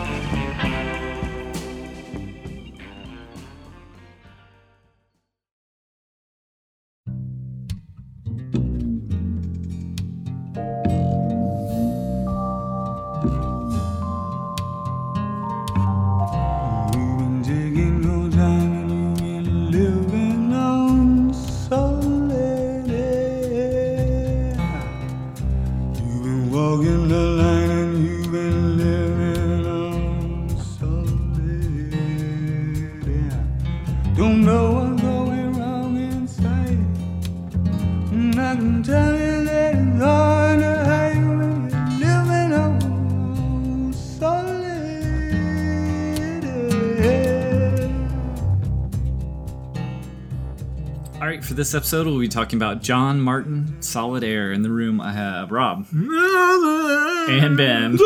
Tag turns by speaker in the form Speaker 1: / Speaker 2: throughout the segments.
Speaker 1: this episode, we'll be talking about John Martin, Solid Air. In the room, I have Rob and Ben.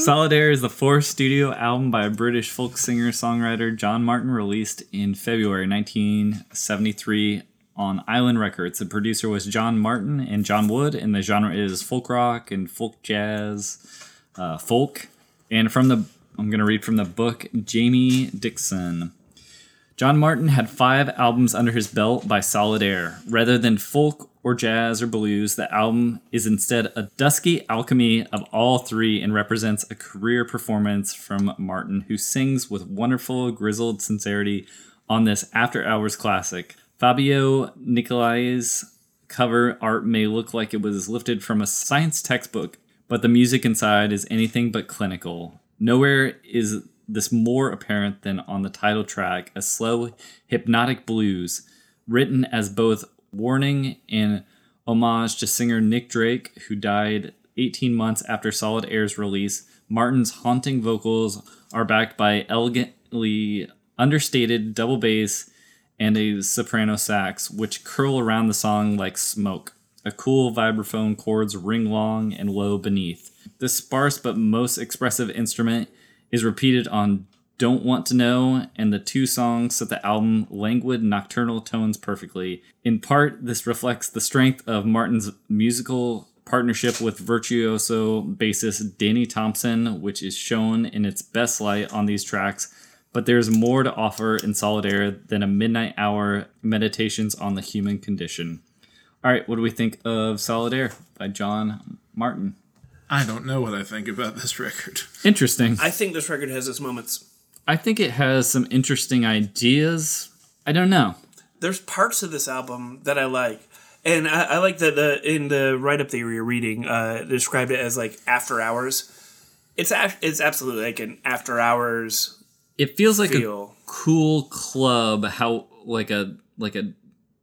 Speaker 1: Solid Air is the fourth studio album by British folk singer songwriter John Martin, released in February 1973 on Island Records. The producer was John Martin and John Wood, and the genre is folk rock and folk jazz, uh, folk. And from the, I'm going to read from the book Jamie Dixon. John Martin had five albums under his belt by Solid Air. Rather than folk or jazz or blues, the album is instead a dusky alchemy of all three and represents a career performance from Martin, who sings with wonderful, grizzled sincerity on this after hours classic. Fabio Nicolai's cover art may look like it was lifted from a science textbook, but the music inside is anything but clinical. Nowhere is this more apparent than on the title track, a slow, hypnotic blues written as both warning and homage to singer Nick Drake, who died 18 months after Solid Air's release. Martin's haunting vocals are backed by elegantly understated double bass and a soprano sax, which curl around the song like smoke. A cool vibraphone chords ring long and low beneath. This sparse but most expressive instrument is repeated on Don't Want to Know and the two songs set the album languid nocturnal tones perfectly. In part, this reflects the strength of Martin's musical partnership with virtuoso bassist Danny Thompson, which is shown in its best light on these tracks. But there's more to offer in Solitaire than a midnight hour meditations on the human condition. All right, what do we think of Solitaire by John Martin?
Speaker 2: I don't know what I think about this record.
Speaker 1: Interesting.
Speaker 3: I think this record has its moments.
Speaker 1: I think it has some interesting ideas. I don't know.
Speaker 3: There's parts of this album that I like. And I, I like that the, in the write up that you were reading, uh, described it as like after hours. It's a, it's absolutely like an after hours.
Speaker 1: It feels like feel. a cool club. How like a like a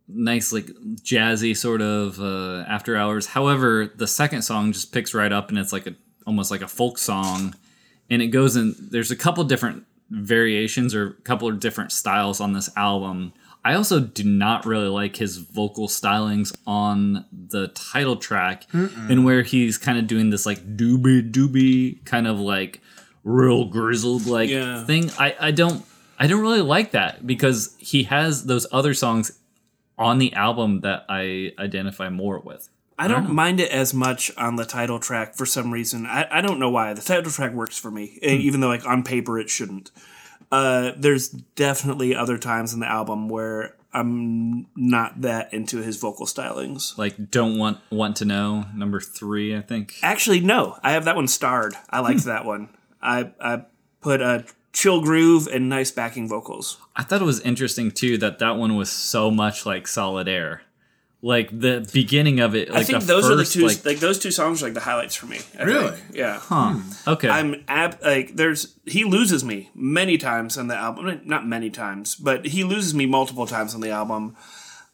Speaker 1: nice like jazzy sort of uh, after hours however the second song just picks right up and it's like a almost like a folk song and it goes in there's a couple different variations or a couple of different styles on this album i also do not really like his vocal stylings on the title track Mm-mm. and where he's kind of doing this like doobie doobie kind of like real grizzled like yeah. thing i i don't i don't really like that because he has those other songs on the album that I identify more with.
Speaker 3: I, I don't, don't mind it as much on the title track for some reason. I, I don't know why. The title track works for me, mm. even though like on paper it shouldn't. Uh, there's definitely other times in the album where I'm not that into his vocal stylings.
Speaker 1: Like don't want want to know number three, I think.
Speaker 3: Actually, no. I have that one starred. I liked mm. that one. I I put a chill groove and nice backing vocals.
Speaker 1: I thought it was interesting too that that one was so much like Solid Air. Like the beginning of it, like I
Speaker 3: think those first, are the two. Like, like, those two songs are like the highlights for me. I
Speaker 2: really?
Speaker 3: Think. Yeah.
Speaker 1: Huh. Hmm. Okay.
Speaker 3: I'm ab- like there's he loses me many times on the album. eh, Not many times, but he loses me multiple times on the album.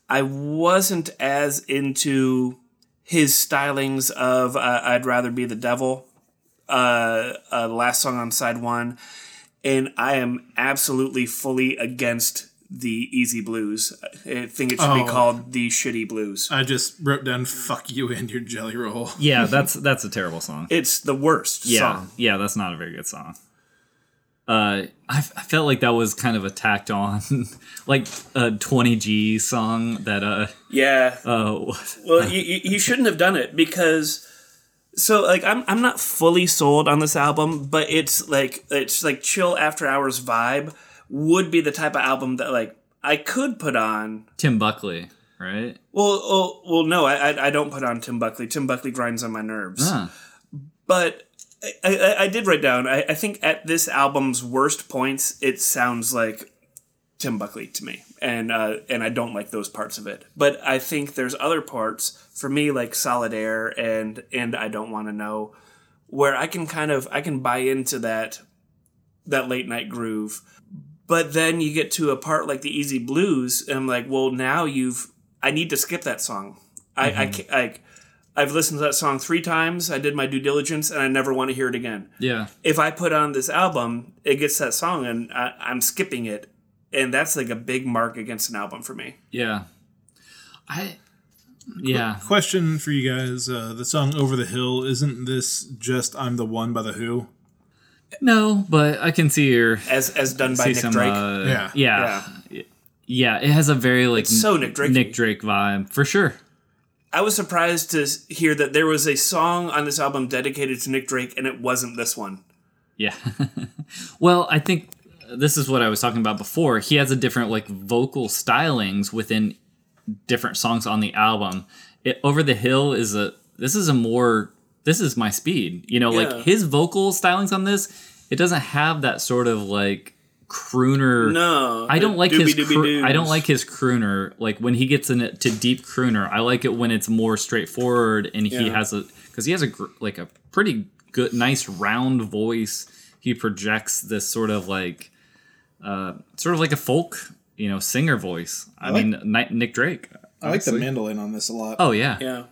Speaker 3: I wasn't as into his stylings of uh, "I'd rather be the devil." Uh, uh, the last song on side one and I am absolutely fully against the easy blues. I think it should oh, Uh. be called the shitty blues.
Speaker 2: I just wrote down "fuck you" and your jelly roll.
Speaker 1: Yeah, that's that's a terrible song.
Speaker 3: It's the worst.
Speaker 1: Yeah,
Speaker 3: song.
Speaker 1: yeah, that's not a very good song. uh, I, f- I felt like that was kind of a tacked on, like a 20G song that, uh,
Speaker 3: Yeah.
Speaker 1: uh what-
Speaker 3: Well, you, you, you shouldn't have done it because so like I'm I'm not fully sold on this album, but it's like it's like chill after hours vibe would be the type of album that like I could put on.
Speaker 1: Tim Buckley, right?
Speaker 3: Well, oh, well, no, I I- I don't put on Tim Buckley. Tim Buckley grinds on my nerves.
Speaker 1: Huh.
Speaker 3: But I, I, I did write down. I, I think at this album's worst points, it sounds like Tim Buckley to me, and uh, and I don't like those parts of it. But I think there's other parts for me, like Solid Air and and I Don't Want to Know, where I can kind of I can buy into that that late night groove. But then you get to a part like the Easy Blues, and I'm like, well, now you've I need to skip that song. I I
Speaker 1: Mm-hmm.
Speaker 3: can't, like I've listened to that song three times. I did my due diligence, and I never want to hear it again.
Speaker 1: Yeah.
Speaker 3: If I put on this album, it gets that song, and I, I'm skipping it, and that's like a big mark against an album for me.
Speaker 1: Yeah. I, yeah.
Speaker 2: Question for you guys: uh, The song "Over the Hill" isn't this just "I'm the One" by the Who?
Speaker 1: No, but I can see your,
Speaker 3: As as done by
Speaker 1: see
Speaker 3: Nick
Speaker 1: some,
Speaker 3: Drake.
Speaker 1: uh,
Speaker 2: Yeah.
Speaker 1: yeah. Yeah. It has a very like
Speaker 3: so Nick Drake-y.
Speaker 1: Nick Drake vibe for sure.
Speaker 3: I was surprised to s- hear that there was a song on this album dedicated to Nick Drake, and it wasn't this one.
Speaker 1: Yeah. well, I think this is what I was talking about before. He has a different like vocal stylings within different songs on the album. It, Over the Hill is a this is a more this is my speed. You know,
Speaker 3: Yeah.
Speaker 1: like his vocal stylings on this, it doesn't have that sort of like crooner
Speaker 3: No,
Speaker 1: I don't like his. Cr-
Speaker 3: doobie-doobie-doos.
Speaker 1: I don't like his crooner. Like when he gets in it to deep crooner, I like it when it's more straightforward and he
Speaker 3: Yeah.
Speaker 1: has a because he has a gr- like a pretty good, nice round voice. He projects this sort of like, uh, sort of like a folk, you know, singer voice. I,
Speaker 2: like-
Speaker 1: mean, Ni- Nick Drake.
Speaker 2: I like the mandolin on this a lot.
Speaker 1: Oh yeah,
Speaker 3: Yeah,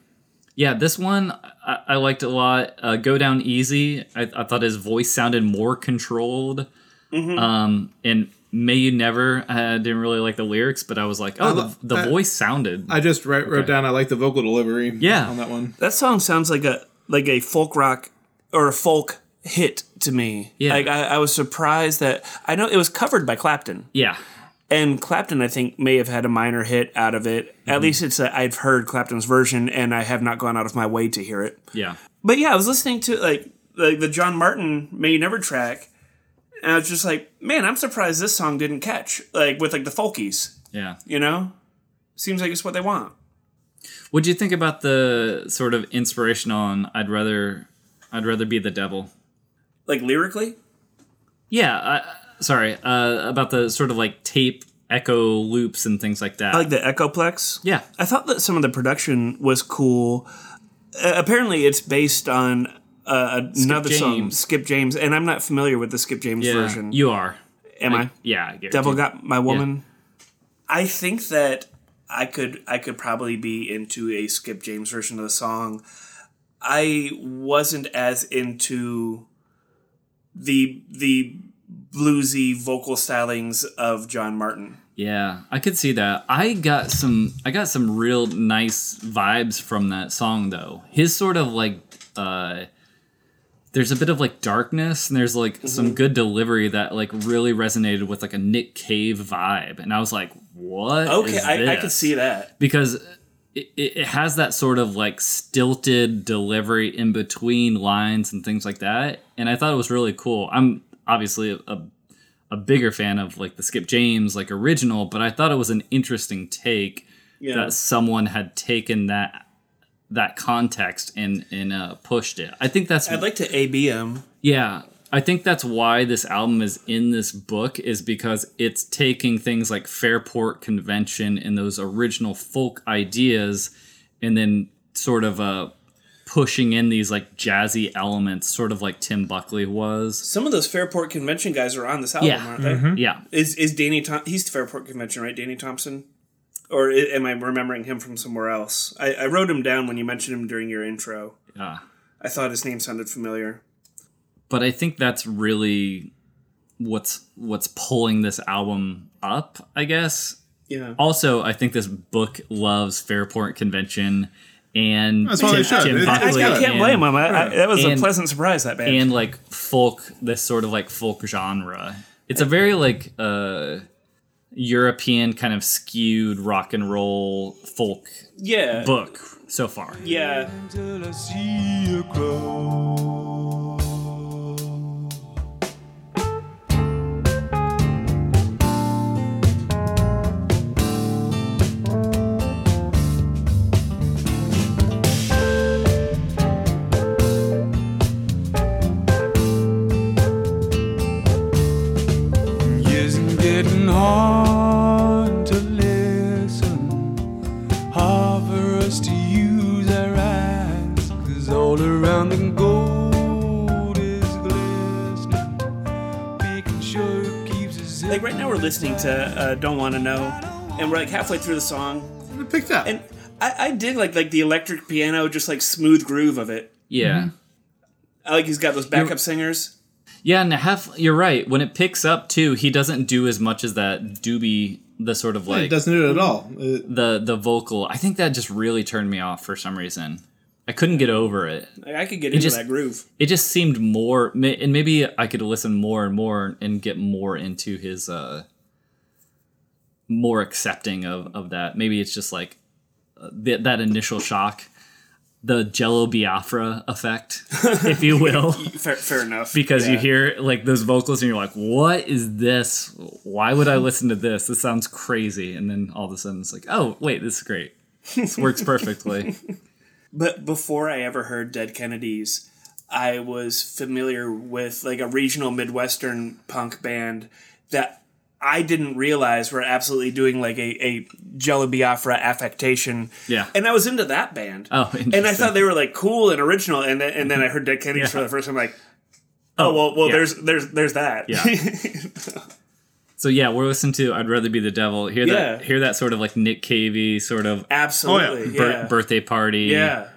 Speaker 1: yeah, this one I, I liked a lot. Uh, Go down easy. I, I thought his voice sounded more controlled.
Speaker 2: Mm-hmm.
Speaker 1: Um, and may you never. I didn't really like the lyrics, but I was like, oh,
Speaker 2: lo-
Speaker 1: the, the
Speaker 2: I-
Speaker 1: voice sounded.
Speaker 2: I just wrote, wrote down I like the vocal delivery.
Speaker 1: Yeah.
Speaker 2: on that one.
Speaker 3: that song sounds like a like a folk rock or a folk hit to me.
Speaker 1: Yeah.
Speaker 3: like I, I was surprised that I know it was covered by Clapton.
Speaker 1: yeah,
Speaker 3: And Clapton, I think, may have had a minor hit out of it. At least it's i I've heard Clapton's version, and I have not gone out of my way to hear it.
Speaker 1: yeah,
Speaker 3: But yeah, I was listening to like like the John Martin "May You Never" track, and I was just like, man, I'm surprised this song didn't catch like with like the folkies.
Speaker 1: yeah.
Speaker 3: You know, seems like it's what they want.
Speaker 1: What'd you think about the sort of inspiration on "I'd rather, I'd rather be the devil"?
Speaker 3: Like lyrically,
Speaker 1: Yeah, I, sorry uh, about the sort of like tape echo loops and things like that.
Speaker 3: I like the Echoplex.
Speaker 1: yeah,
Speaker 3: I thought that some of the production was cool. Uh, apparently, it's based on uh, another song,
Speaker 1: James.
Speaker 3: Skip James, and I'm not familiar with the Skip James
Speaker 1: yeah.
Speaker 3: version.
Speaker 1: You are.
Speaker 3: Am I?
Speaker 1: Yeah, I get-
Speaker 3: Devil Got My Woman. I think that I could I could probably be into a Skip James version of the song. I wasn't as into the the bluesy vocal stylings of John Martin.
Speaker 1: Yeah, I could see that. I got some I got some real nice vibes from that song though. His sort of like uh there's a bit of like darkness and there's like
Speaker 3: Mm-hmm.
Speaker 1: some good delivery that like really resonated with like a Nick Cave vibe and I was like, "What?"
Speaker 3: Okay,
Speaker 1: is
Speaker 3: I, I could
Speaker 1: this?
Speaker 3: see that.
Speaker 1: because it, it it has that sort of like stilted delivery in between lines and things like that and i thought it was really cool i'm obviously a, a, a bigger fan of like the skip james like original but i thought it was an interesting take
Speaker 3: Yeah.
Speaker 1: that someone had taken that that context and and uh, pushed it i think that's
Speaker 3: I'd like to ABM.
Speaker 1: yeah, I think that's why this album is in this book is because it's taking things like Fairport Convention and those original folk ideas, and then sort of uh, pushing in these like jazzy elements, sort of like Tim Buckley was.
Speaker 3: Some of those Fairport Convention guys are on this album,
Speaker 1: Yeah.
Speaker 3: aren't they?
Speaker 1: Yeah,
Speaker 3: Is is Danny Tom? He's Fairport Convention, right? Danny Thompson, or i- am I remembering him from somewhere else? I, I wrote him down when you mentioned him during your intro.
Speaker 1: yeah.
Speaker 3: I thought his name sounded familiar.
Speaker 1: But I think that's really what's what's pulling this album up, I guess,
Speaker 3: Yeah,
Speaker 1: also i think this book loves fairport convention and
Speaker 2: That's why they should. It's- it's
Speaker 3: I, I
Speaker 1: Buckley
Speaker 2: good.
Speaker 1: and-
Speaker 3: can't blame him. I, I, that was a
Speaker 1: And-
Speaker 3: pleasant surprise. That band.
Speaker 1: and like folk this sort of like folk genre it's a very like uh european kind of skewed rock and roll folk
Speaker 3: yeah,
Speaker 1: book so far
Speaker 3: yeah.
Speaker 4: till I see you grow. Yes, it's Getting hard to listen hard for us to use our eyes. Cause all around the gold is glistening, making sure it keeps us
Speaker 3: Like right now, we're listening to uh, "Don't Want to Know," and we're like halfway through the song,
Speaker 2: It picked up.
Speaker 3: and I, I did like like the electric piano, just like smooth groove of it.
Speaker 1: yeah
Speaker 3: I like he's got those backup singers.
Speaker 1: yeah and half you're right when it picks up too he doesn't do as much as that doobie the sort of
Speaker 2: it
Speaker 1: like
Speaker 2: doesn't do it at all. It-
Speaker 1: the the vocal i think that just really turned me off for some reason i couldn't get over it
Speaker 3: Like I could get into
Speaker 1: just-
Speaker 3: that groove.
Speaker 1: it just seemed more ma- and maybe i could listen more and more and get more into his uh more accepting of of that maybe it's just like uh, th- that initial shock the jello biafra effect if you will
Speaker 3: Fair, fair enough.
Speaker 1: because you
Speaker 3: Yeah.
Speaker 1: hear like those vocals and you're like what is this why would i listen to this this sounds crazy and then all of a sudden it's like oh wait this is great this works perfectly
Speaker 3: But before I ever heard Dead Kennedys, I was familiar with like a regional Midwestern punk band that I didn't realize were absolutely doing like a, a Jello Biafra affectation.
Speaker 1: Yeah.
Speaker 3: And I was into that band.
Speaker 1: oh
Speaker 3: and I
Speaker 1: interesting.
Speaker 3: thought they were like cool and original. And then, and then I heard Dead Kennedys for the first time, like, oh, well, well
Speaker 1: yeah.
Speaker 3: there's, there's, there's that.
Speaker 1: Yeah. So yeah, we're listening to "I'd Rather Be the Devil." Hear that?
Speaker 3: Yeah.
Speaker 1: Hear that sort of like Nick Cavey sort of
Speaker 3: absolutely.
Speaker 1: bir-
Speaker 3: Oh, yeah.
Speaker 1: birthday party.
Speaker 3: yeah.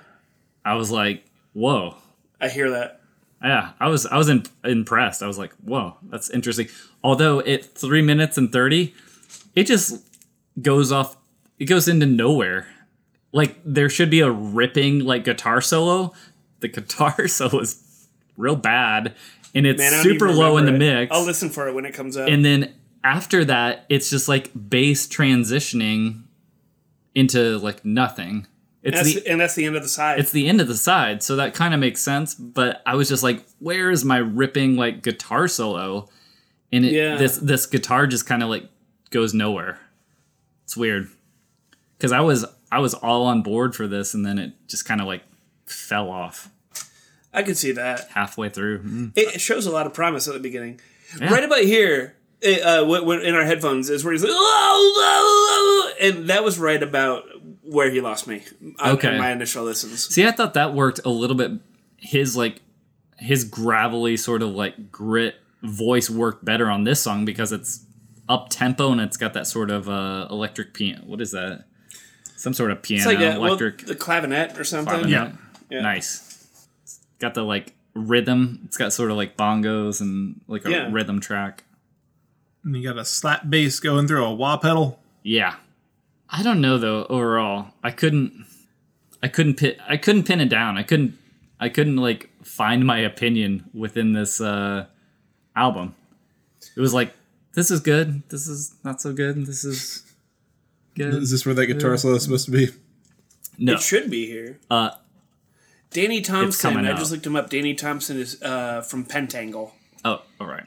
Speaker 1: I was like, whoa.
Speaker 3: I hear that.
Speaker 1: Yeah, I was I was in, impressed. I was like, whoa, that's interesting. Although at three minutes and thirty, it just goes off. It goes into nowhere. Like there should be a ripping like guitar solo. The guitar solo is real bad, and it's
Speaker 3: Man, I don't
Speaker 1: super
Speaker 3: even
Speaker 1: low in the
Speaker 3: remember it.
Speaker 1: mix.
Speaker 3: I'll listen for it when it comes up.
Speaker 1: and then after that it's just like bass transitioning into like nothing it's
Speaker 3: that's,
Speaker 1: the
Speaker 3: and that's the end of the side.
Speaker 1: it's the end of the side so that kind of makes sense but i was just like where is my ripping like guitar solo and it,
Speaker 3: Yeah.
Speaker 1: this this guitar just kind of like goes nowhere it's weird because i was i was all on board for this and then it just kind of like fell off
Speaker 3: I could see that.
Speaker 1: halfway through Mm.
Speaker 3: It, it shows a lot of promise at the beginning. Right about here, it, uh, when, when, in our headphones, is where he's like, "Oh, oh, oh," and that was right about where he lost me. on-
Speaker 1: Okay.
Speaker 3: on my initial listens.
Speaker 1: See, I thought that worked a little bit. His like his gravelly sort of like grit voice worked better on this song because it's up tempo and it's got that sort of uh, electric piano. What is that? Some sort of piano
Speaker 3: It's like a, well,
Speaker 1: electric.
Speaker 3: the clavinet or something.
Speaker 1: violin.
Speaker 2: Yeah.
Speaker 3: Yeah.
Speaker 1: nice. It's got the like rhythm. It's got sort of like bongos and like a
Speaker 3: Yeah.
Speaker 1: rhythm track.
Speaker 2: and you got a slap bass going through a wah pedal.
Speaker 1: Yeah. I don't know though. Overall, I couldn't. I couldn't pin. I couldn't pin it down. I couldn't. I couldn't like find my opinion within this uh, album. It was like this is good. This is not so good. This is good.
Speaker 2: Is this where that guitar solo is supposed to be?
Speaker 1: No.
Speaker 3: It should be here.
Speaker 1: Uh,
Speaker 3: Danny Thompson.
Speaker 1: coming
Speaker 3: I
Speaker 1: up.
Speaker 3: just looked him up. Danny Thompson is uh, from Pentangle.
Speaker 1: Oh, all right.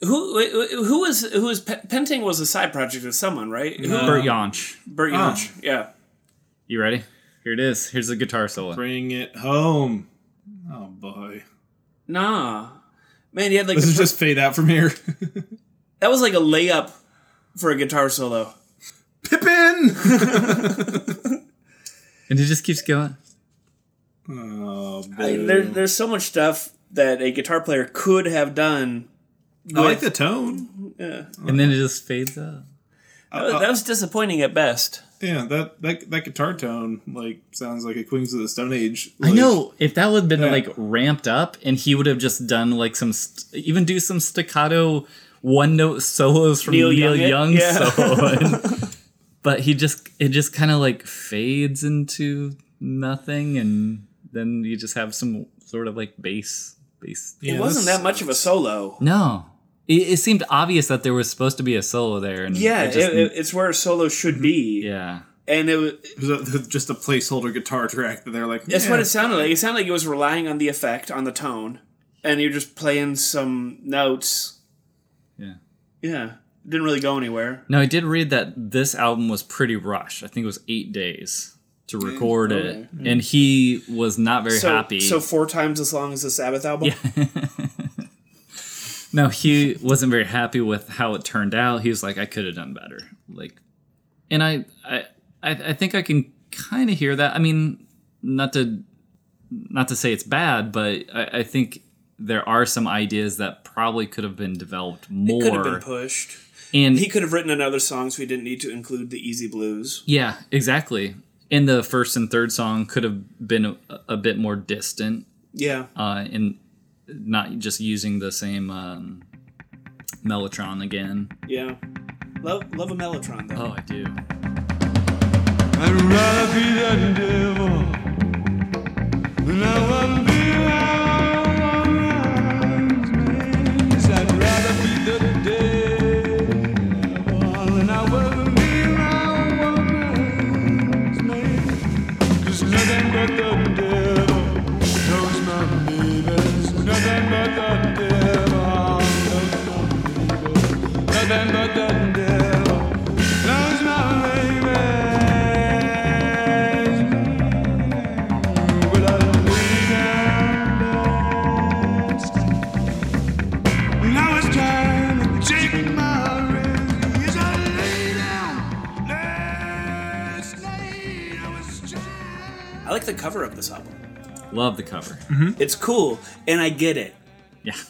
Speaker 3: Who who was who was Pe- Pentangle was a side project of someone, right? Who,
Speaker 2: Uh,
Speaker 1: Burt Jansch.
Speaker 3: Burt Jansch. Yeah.
Speaker 1: You ready? Here it is. Here's the guitar solo.
Speaker 2: Bring it home. Oh boy,
Speaker 3: Nah. Man, he had like
Speaker 2: this
Speaker 3: the
Speaker 2: is just fade out from here.
Speaker 3: That was like a layup for a guitar solo.
Speaker 2: Pippin.
Speaker 1: And it just keeps going.
Speaker 2: Oh
Speaker 3: I,
Speaker 2: boy.
Speaker 3: there, there's so much stuff that a guitar player could have done.
Speaker 2: I like the tone.
Speaker 1: And then it just fades out. Uh,
Speaker 3: That was, that was disappointing at best.
Speaker 2: Yeah, that, that that guitar tone like sounds like a Queens of the Stone Age.
Speaker 1: I
Speaker 2: like-
Speaker 1: know if that would have been
Speaker 2: Yeah.
Speaker 1: like ramped up, and he would have just done like some st- even do some staccato one note solos from Neil,
Speaker 3: Neil
Speaker 1: Young,
Speaker 3: Young it? Yeah.
Speaker 1: solo, and- but he just it just kind of like fades into nothing, and then you just have some sort of like bass, bass.
Speaker 2: Yeah,
Speaker 3: it wasn't
Speaker 2: that's-
Speaker 3: that much of a solo.
Speaker 1: No, it, it seemed obvious that there was supposed to be a solo there, and
Speaker 3: Yeah,
Speaker 1: it just, Mm-hmm.
Speaker 3: it, it, it's where a solo should be.
Speaker 1: yeah,
Speaker 3: And it, wa-
Speaker 2: It was a- just a placeholder guitar track that they're like.
Speaker 3: That's what
Speaker 2: "Yeah,
Speaker 3: it sounded like. It sounded like it was relying on the effect, on the tone, and you're just playing some notes.
Speaker 1: yeah.
Speaker 3: Yeah, didn't really go anywhere.
Speaker 1: Now I did read that this album was pretty rushed. I think it was eight days to record
Speaker 3: okay.
Speaker 1: it, and he was not very
Speaker 3: Hmm. So,
Speaker 1: happy.
Speaker 3: so four times as long as the Sabbath album.
Speaker 1: Yeah. no, he wasn't very happy with how it turned out. He was like, I could have done better. Like, and I, I, I, I think I can kind of hear that. I mean, not to, not to say it's bad, but I, I think there are some ideas that probably could have been developed more.
Speaker 3: could have been pushed.
Speaker 1: and
Speaker 3: He could have written another song, so he didn't need to include the easy blues.
Speaker 1: yeah, exactly. And the first and third song could have been a, a bit more distant.
Speaker 3: Yeah,
Speaker 1: uh, and not just using the same um, Mellotron again. Oh,
Speaker 3: yeah. Love, love a mellotron though.
Speaker 1: I do.
Speaker 4: I'd rather be the devil than I would be a man's man. I'd rather be the devil than I would be a woman's man. 'Cause nothing but the devil knows my babies. Nothing but the devil knows my babies. Nothing but the devil knows my babies. Will I lay down lost? When I was trying to take my risk, yes, I lay down last night. I was trying.
Speaker 3: I like the cover of this album.
Speaker 1: Love the cover.
Speaker 3: It's cool, and I get it.
Speaker 1: Yeah.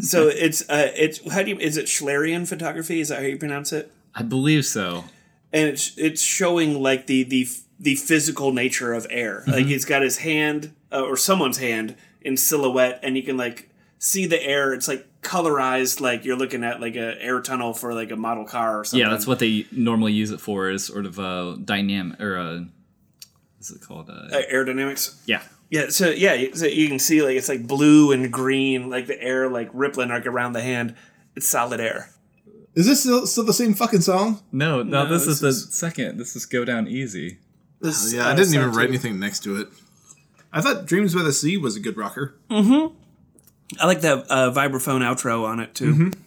Speaker 3: So it's uh, it's how do you is it Schlerian photography? Is that how you pronounce it?
Speaker 1: I believe so.
Speaker 3: and it's it's showing like the the the physical nature of air.
Speaker 1: Mm-hmm.
Speaker 3: Like he's got his hand uh, or someone's hand in silhouette, and you can like see the air. It's like colorized, like you're looking at like a air tunnel for like a model car or something.
Speaker 1: Yeah, that's what they normally use it for is sort of a dynamic or a what's it called? Uh,
Speaker 3: uh, aerodynamics.
Speaker 1: yeah.
Speaker 3: Yeah, so yeah, so you can see like it's like blue and green, like the air like rippling like around the hand. It's solid air.
Speaker 2: Oh, Is this still, still the same fucking song?
Speaker 1: No, no, this,
Speaker 3: this
Speaker 1: is the second. This is go down easy.
Speaker 3: This,
Speaker 2: Yeah, I
Speaker 3: uh,
Speaker 2: didn't even
Speaker 3: sounds
Speaker 2: write
Speaker 3: good.
Speaker 2: anything next to it. I thought "Dreams by the Sea" was a good rocker.
Speaker 3: I like that uh, vibraphone outro on it
Speaker 2: Mm-hmm.
Speaker 3: too.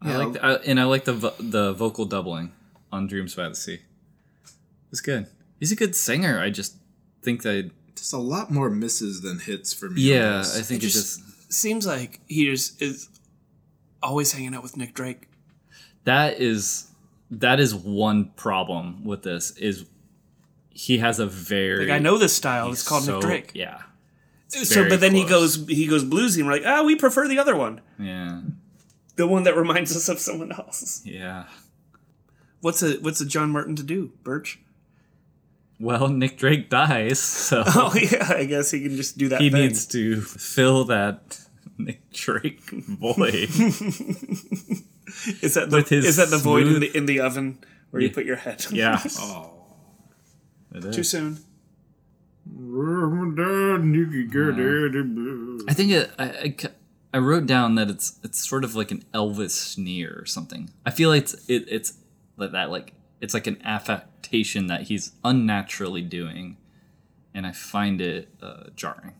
Speaker 1: I like the, I, and I like the vo- the vocal doubling on Dreams by the Sea. It's good. He's a good singer. I just think that
Speaker 2: Just a lot more misses than hits for me. on
Speaker 1: yeah,
Speaker 2: this.
Speaker 1: I think
Speaker 3: It
Speaker 1: it
Speaker 3: just-
Speaker 1: just
Speaker 3: Seems like he just is always hanging out with Nick Drake.
Speaker 1: that is that is one problem with this is he has a very
Speaker 3: Like I know this style. It's called
Speaker 1: so-
Speaker 3: Nick Drake.
Speaker 1: Yeah,
Speaker 3: so,
Speaker 1: very
Speaker 3: but then he
Speaker 1: close.
Speaker 3: goes he goes bluesy, and we're like, ah, we prefer the other one,
Speaker 1: yeah,
Speaker 3: the one that reminds us of someone else.
Speaker 1: yeah.
Speaker 3: What's a what's a John Martin to do, Birch?
Speaker 1: Well, Nick Drake dies, so
Speaker 3: Oh yeah, I guess he can just do that.
Speaker 1: he
Speaker 3: thing.
Speaker 1: needs to fill that Nick Drake void.
Speaker 3: is that the,
Speaker 1: with his
Speaker 3: is that the void in
Speaker 1: smooth-
Speaker 3: the in the oven where you put your head?
Speaker 1: yeah.
Speaker 2: Oh.
Speaker 1: It
Speaker 3: too
Speaker 1: is.
Speaker 3: soon.
Speaker 1: I think it, I, I ca- I wrote down that it's it's sort of like an Elvis sneer or something. I feel like it's it, it's like that like it's like an affectation that he's unnaturally doing, and I find it uh, jarring.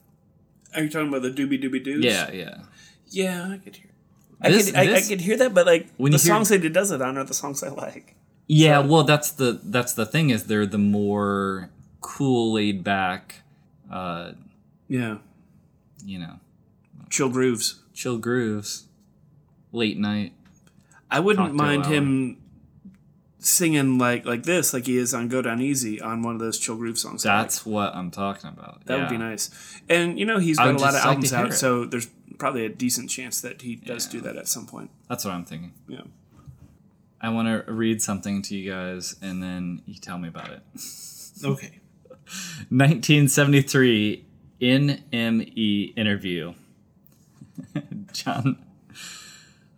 Speaker 3: Are you talking about the doobie doobie doos?
Speaker 1: Yeah, yeah.
Speaker 3: yeah, I could hear. I,
Speaker 1: This-
Speaker 3: could, I, I
Speaker 1: this-
Speaker 3: could hear that, but like
Speaker 1: When
Speaker 3: the
Speaker 1: you hear-
Speaker 3: songs that he does it on are the songs I like.
Speaker 1: Yeah, well, that's the that's the thing is they're the more cool, laid back, uh,
Speaker 3: Yeah,
Speaker 1: you know,
Speaker 3: chill grooves.
Speaker 1: chill grooves, late night.
Speaker 3: I wouldn't
Speaker 1: Cocktail
Speaker 3: mind
Speaker 1: hour.
Speaker 3: him singing like like this, like he is on "Go Down Easy" on one of those chill groove songs. I like.
Speaker 1: That's what I'm talking about.
Speaker 3: that would be
Speaker 1: Yeah.
Speaker 3: nice. And you know he's
Speaker 1: I
Speaker 3: got a
Speaker 1: would
Speaker 3: lot of
Speaker 1: just like
Speaker 3: albums
Speaker 1: to hear
Speaker 3: out,
Speaker 1: it.
Speaker 3: so there's probably a decent chance that he does do that at some point.
Speaker 1: That's what I'm thinking.
Speaker 3: Yeah.
Speaker 1: I want to read something to you guys, and then you tell me about it.
Speaker 2: Okay.
Speaker 1: 1973 NME E interview. John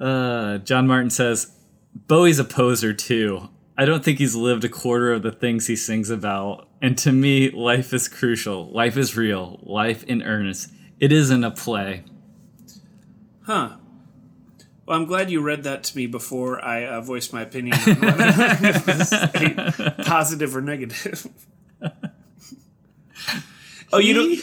Speaker 1: uh, John Martin says Bowie's a poser too. I don't think he's lived a quarter of the things he sings about. And to me, life is crucial. Life is real. Life in earnest. It isn't a play.
Speaker 3: Huh. Well, I'm glad you read that to me before I uh, voiced my opinion on whether it was a positive or negative. oh, you don't.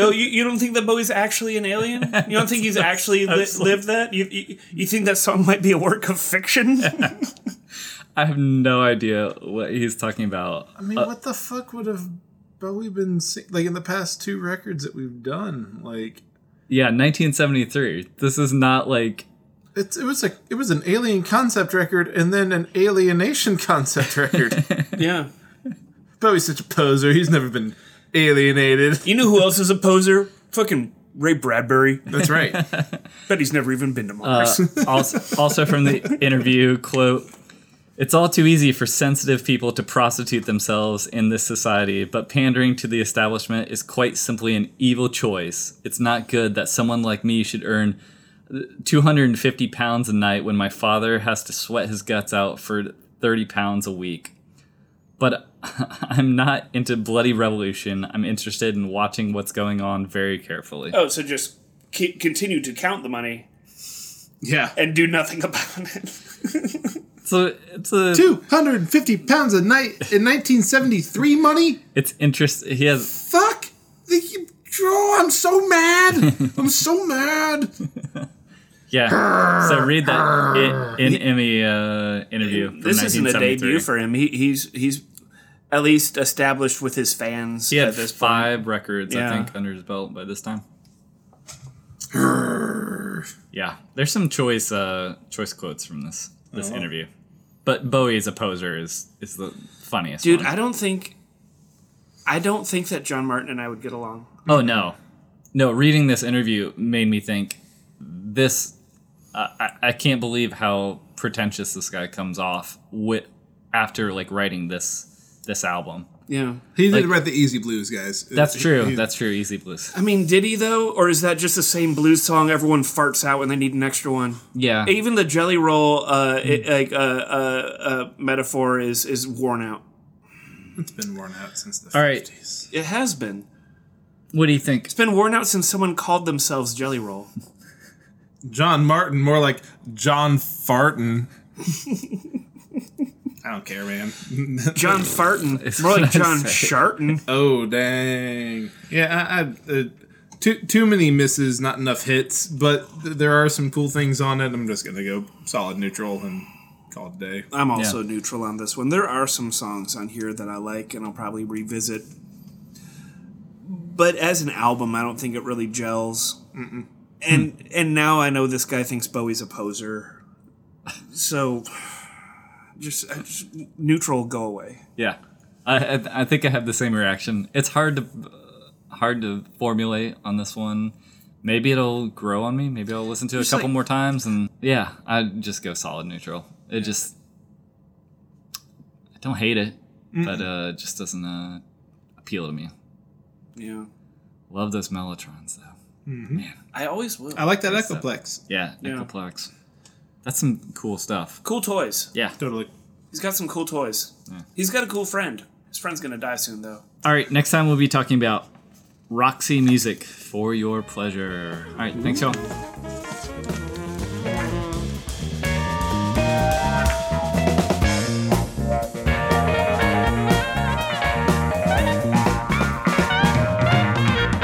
Speaker 3: Oh, you, you don't think that Bowie's actually an alien? You don't think he's actually li-
Speaker 1: absolutely.
Speaker 3: lived that? You, you you think that song might be a work of fiction?
Speaker 1: I have no idea what he's talking about.
Speaker 2: I mean, what the fuck would have Bowie been sing- like in the past two records that we've done? Like
Speaker 1: Yeah, 1973. This is not like
Speaker 2: it's it was a it was an alien concept record and then an alienation concept record.
Speaker 3: yeah.
Speaker 2: Bowie's such a poser. He's never been alienated.
Speaker 3: You know who else is a poser? Fucking Ray Bradbury.
Speaker 2: That's right.
Speaker 3: Bet he's never even been to Mars.
Speaker 1: also, also from the interview quote it's all too easy for sensitive people to prostitute themselves in this society but pandering to the establishment is quite simply an evil choice it's not good that someone like me should earn 250 pounds a night when my father has to sweat his guts out for 30 pounds a week but i'm not into bloody revolution i'm interested in watching what's going on very carefully
Speaker 3: oh, so just c- continue to count the money
Speaker 2: yeah.
Speaker 3: and do nothing about it.
Speaker 1: so it's a
Speaker 2: 250 pounds a night in 1973 money?
Speaker 1: it's interest he has
Speaker 2: Fuck! The, oh, I'm so mad! I'm so mad!
Speaker 1: Yeah. So read that i- in Emmy uh, interview. From
Speaker 3: This isn't a
Speaker 1: 1973.
Speaker 3: debut for him. He, he's he's at least established with his fans
Speaker 1: He had
Speaker 3: at this point.
Speaker 1: five records, I
Speaker 3: Yeah.
Speaker 1: think, under his belt by this time. Yeah, there's some choice uh, choice quotes from this
Speaker 3: Oh.
Speaker 1: this interview, but Bowie as a poser is is the funniest.
Speaker 3: Dude,
Speaker 1: one.
Speaker 3: I don't think I don't think that John Martin and I would get along.
Speaker 1: oh no, no. Reading this interview made me think this. Uh, I, I can't believe how pretentious this guy comes off with after like writing this this album.
Speaker 3: Yeah.
Speaker 2: He did
Speaker 1: Like-
Speaker 2: read the Easy Blues, guys.
Speaker 1: That's
Speaker 2: He-
Speaker 1: true.
Speaker 2: he-
Speaker 1: That's true. Easy Blues.
Speaker 3: I mean, did he though, or is that just the same blues song everyone farts out when they need an extra one?
Speaker 1: Yeah.
Speaker 3: Even the jelly roll, uh, it, like uh, uh, uh, metaphor is is worn out.
Speaker 2: it's been worn out since the
Speaker 1: All right.
Speaker 2: 50s.
Speaker 3: It has been.
Speaker 1: What do you think?
Speaker 3: It's been worn out since someone called themselves jelly roll.
Speaker 2: John Martin, more like John Fartin. I don't care, man.
Speaker 3: John Fartin, more like
Speaker 1: what I
Speaker 3: John
Speaker 1: say.
Speaker 3: Sharton.
Speaker 2: Oh dang! Yeah, I, I uh, too too many misses, not enough hits. But th- there are some cool things on it. I'm just gonna go solid neutral and call it a day.
Speaker 3: I'm also neutral on this one. There are some songs on here that I like and I'll probably revisit. But as an album, I don't think it really gels. And and now I know this guy thinks Bowie's a poser. So just, I just neutral go away.
Speaker 1: Yeah, I, I I think I have the same reaction. It's hard to uh, hard to formulate on this one. Maybe it'll grow on me. Maybe I'll listen to it a
Speaker 3: Just
Speaker 1: couple
Speaker 3: like-
Speaker 1: more times, and yeah, I just go solid neutral. It just I don't hate it, but uh, it just doesn't uh, appeal to me.
Speaker 3: Yeah.
Speaker 1: Love those mellotrons though.
Speaker 3: I always will.
Speaker 2: I like that Echoplex.
Speaker 1: Yeah,
Speaker 3: Yeah.
Speaker 1: Echoplex. That's some cool stuff.
Speaker 3: cool toys.
Speaker 1: Yeah.
Speaker 2: Totally.
Speaker 3: He's got some cool toys. He's got a cool friend. His friend's going to die soon, though.
Speaker 1: All right, next time we'll be talking about Roxy music for your pleasure. All right, thanks y'all.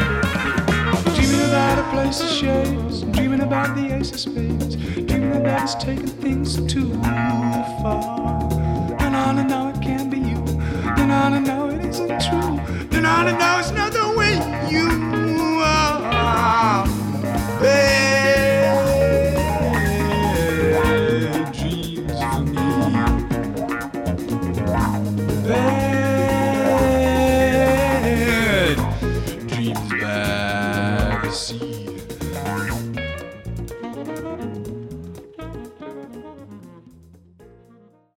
Speaker 4: Dreaming about a place of shades, dreaming about the ace of spades, dreaming about us taking things too far. Then all I know it can be you, then all I know it isn't true, then all I know it's not the way you are. Bad dreams for me. Bad dreams by the sea.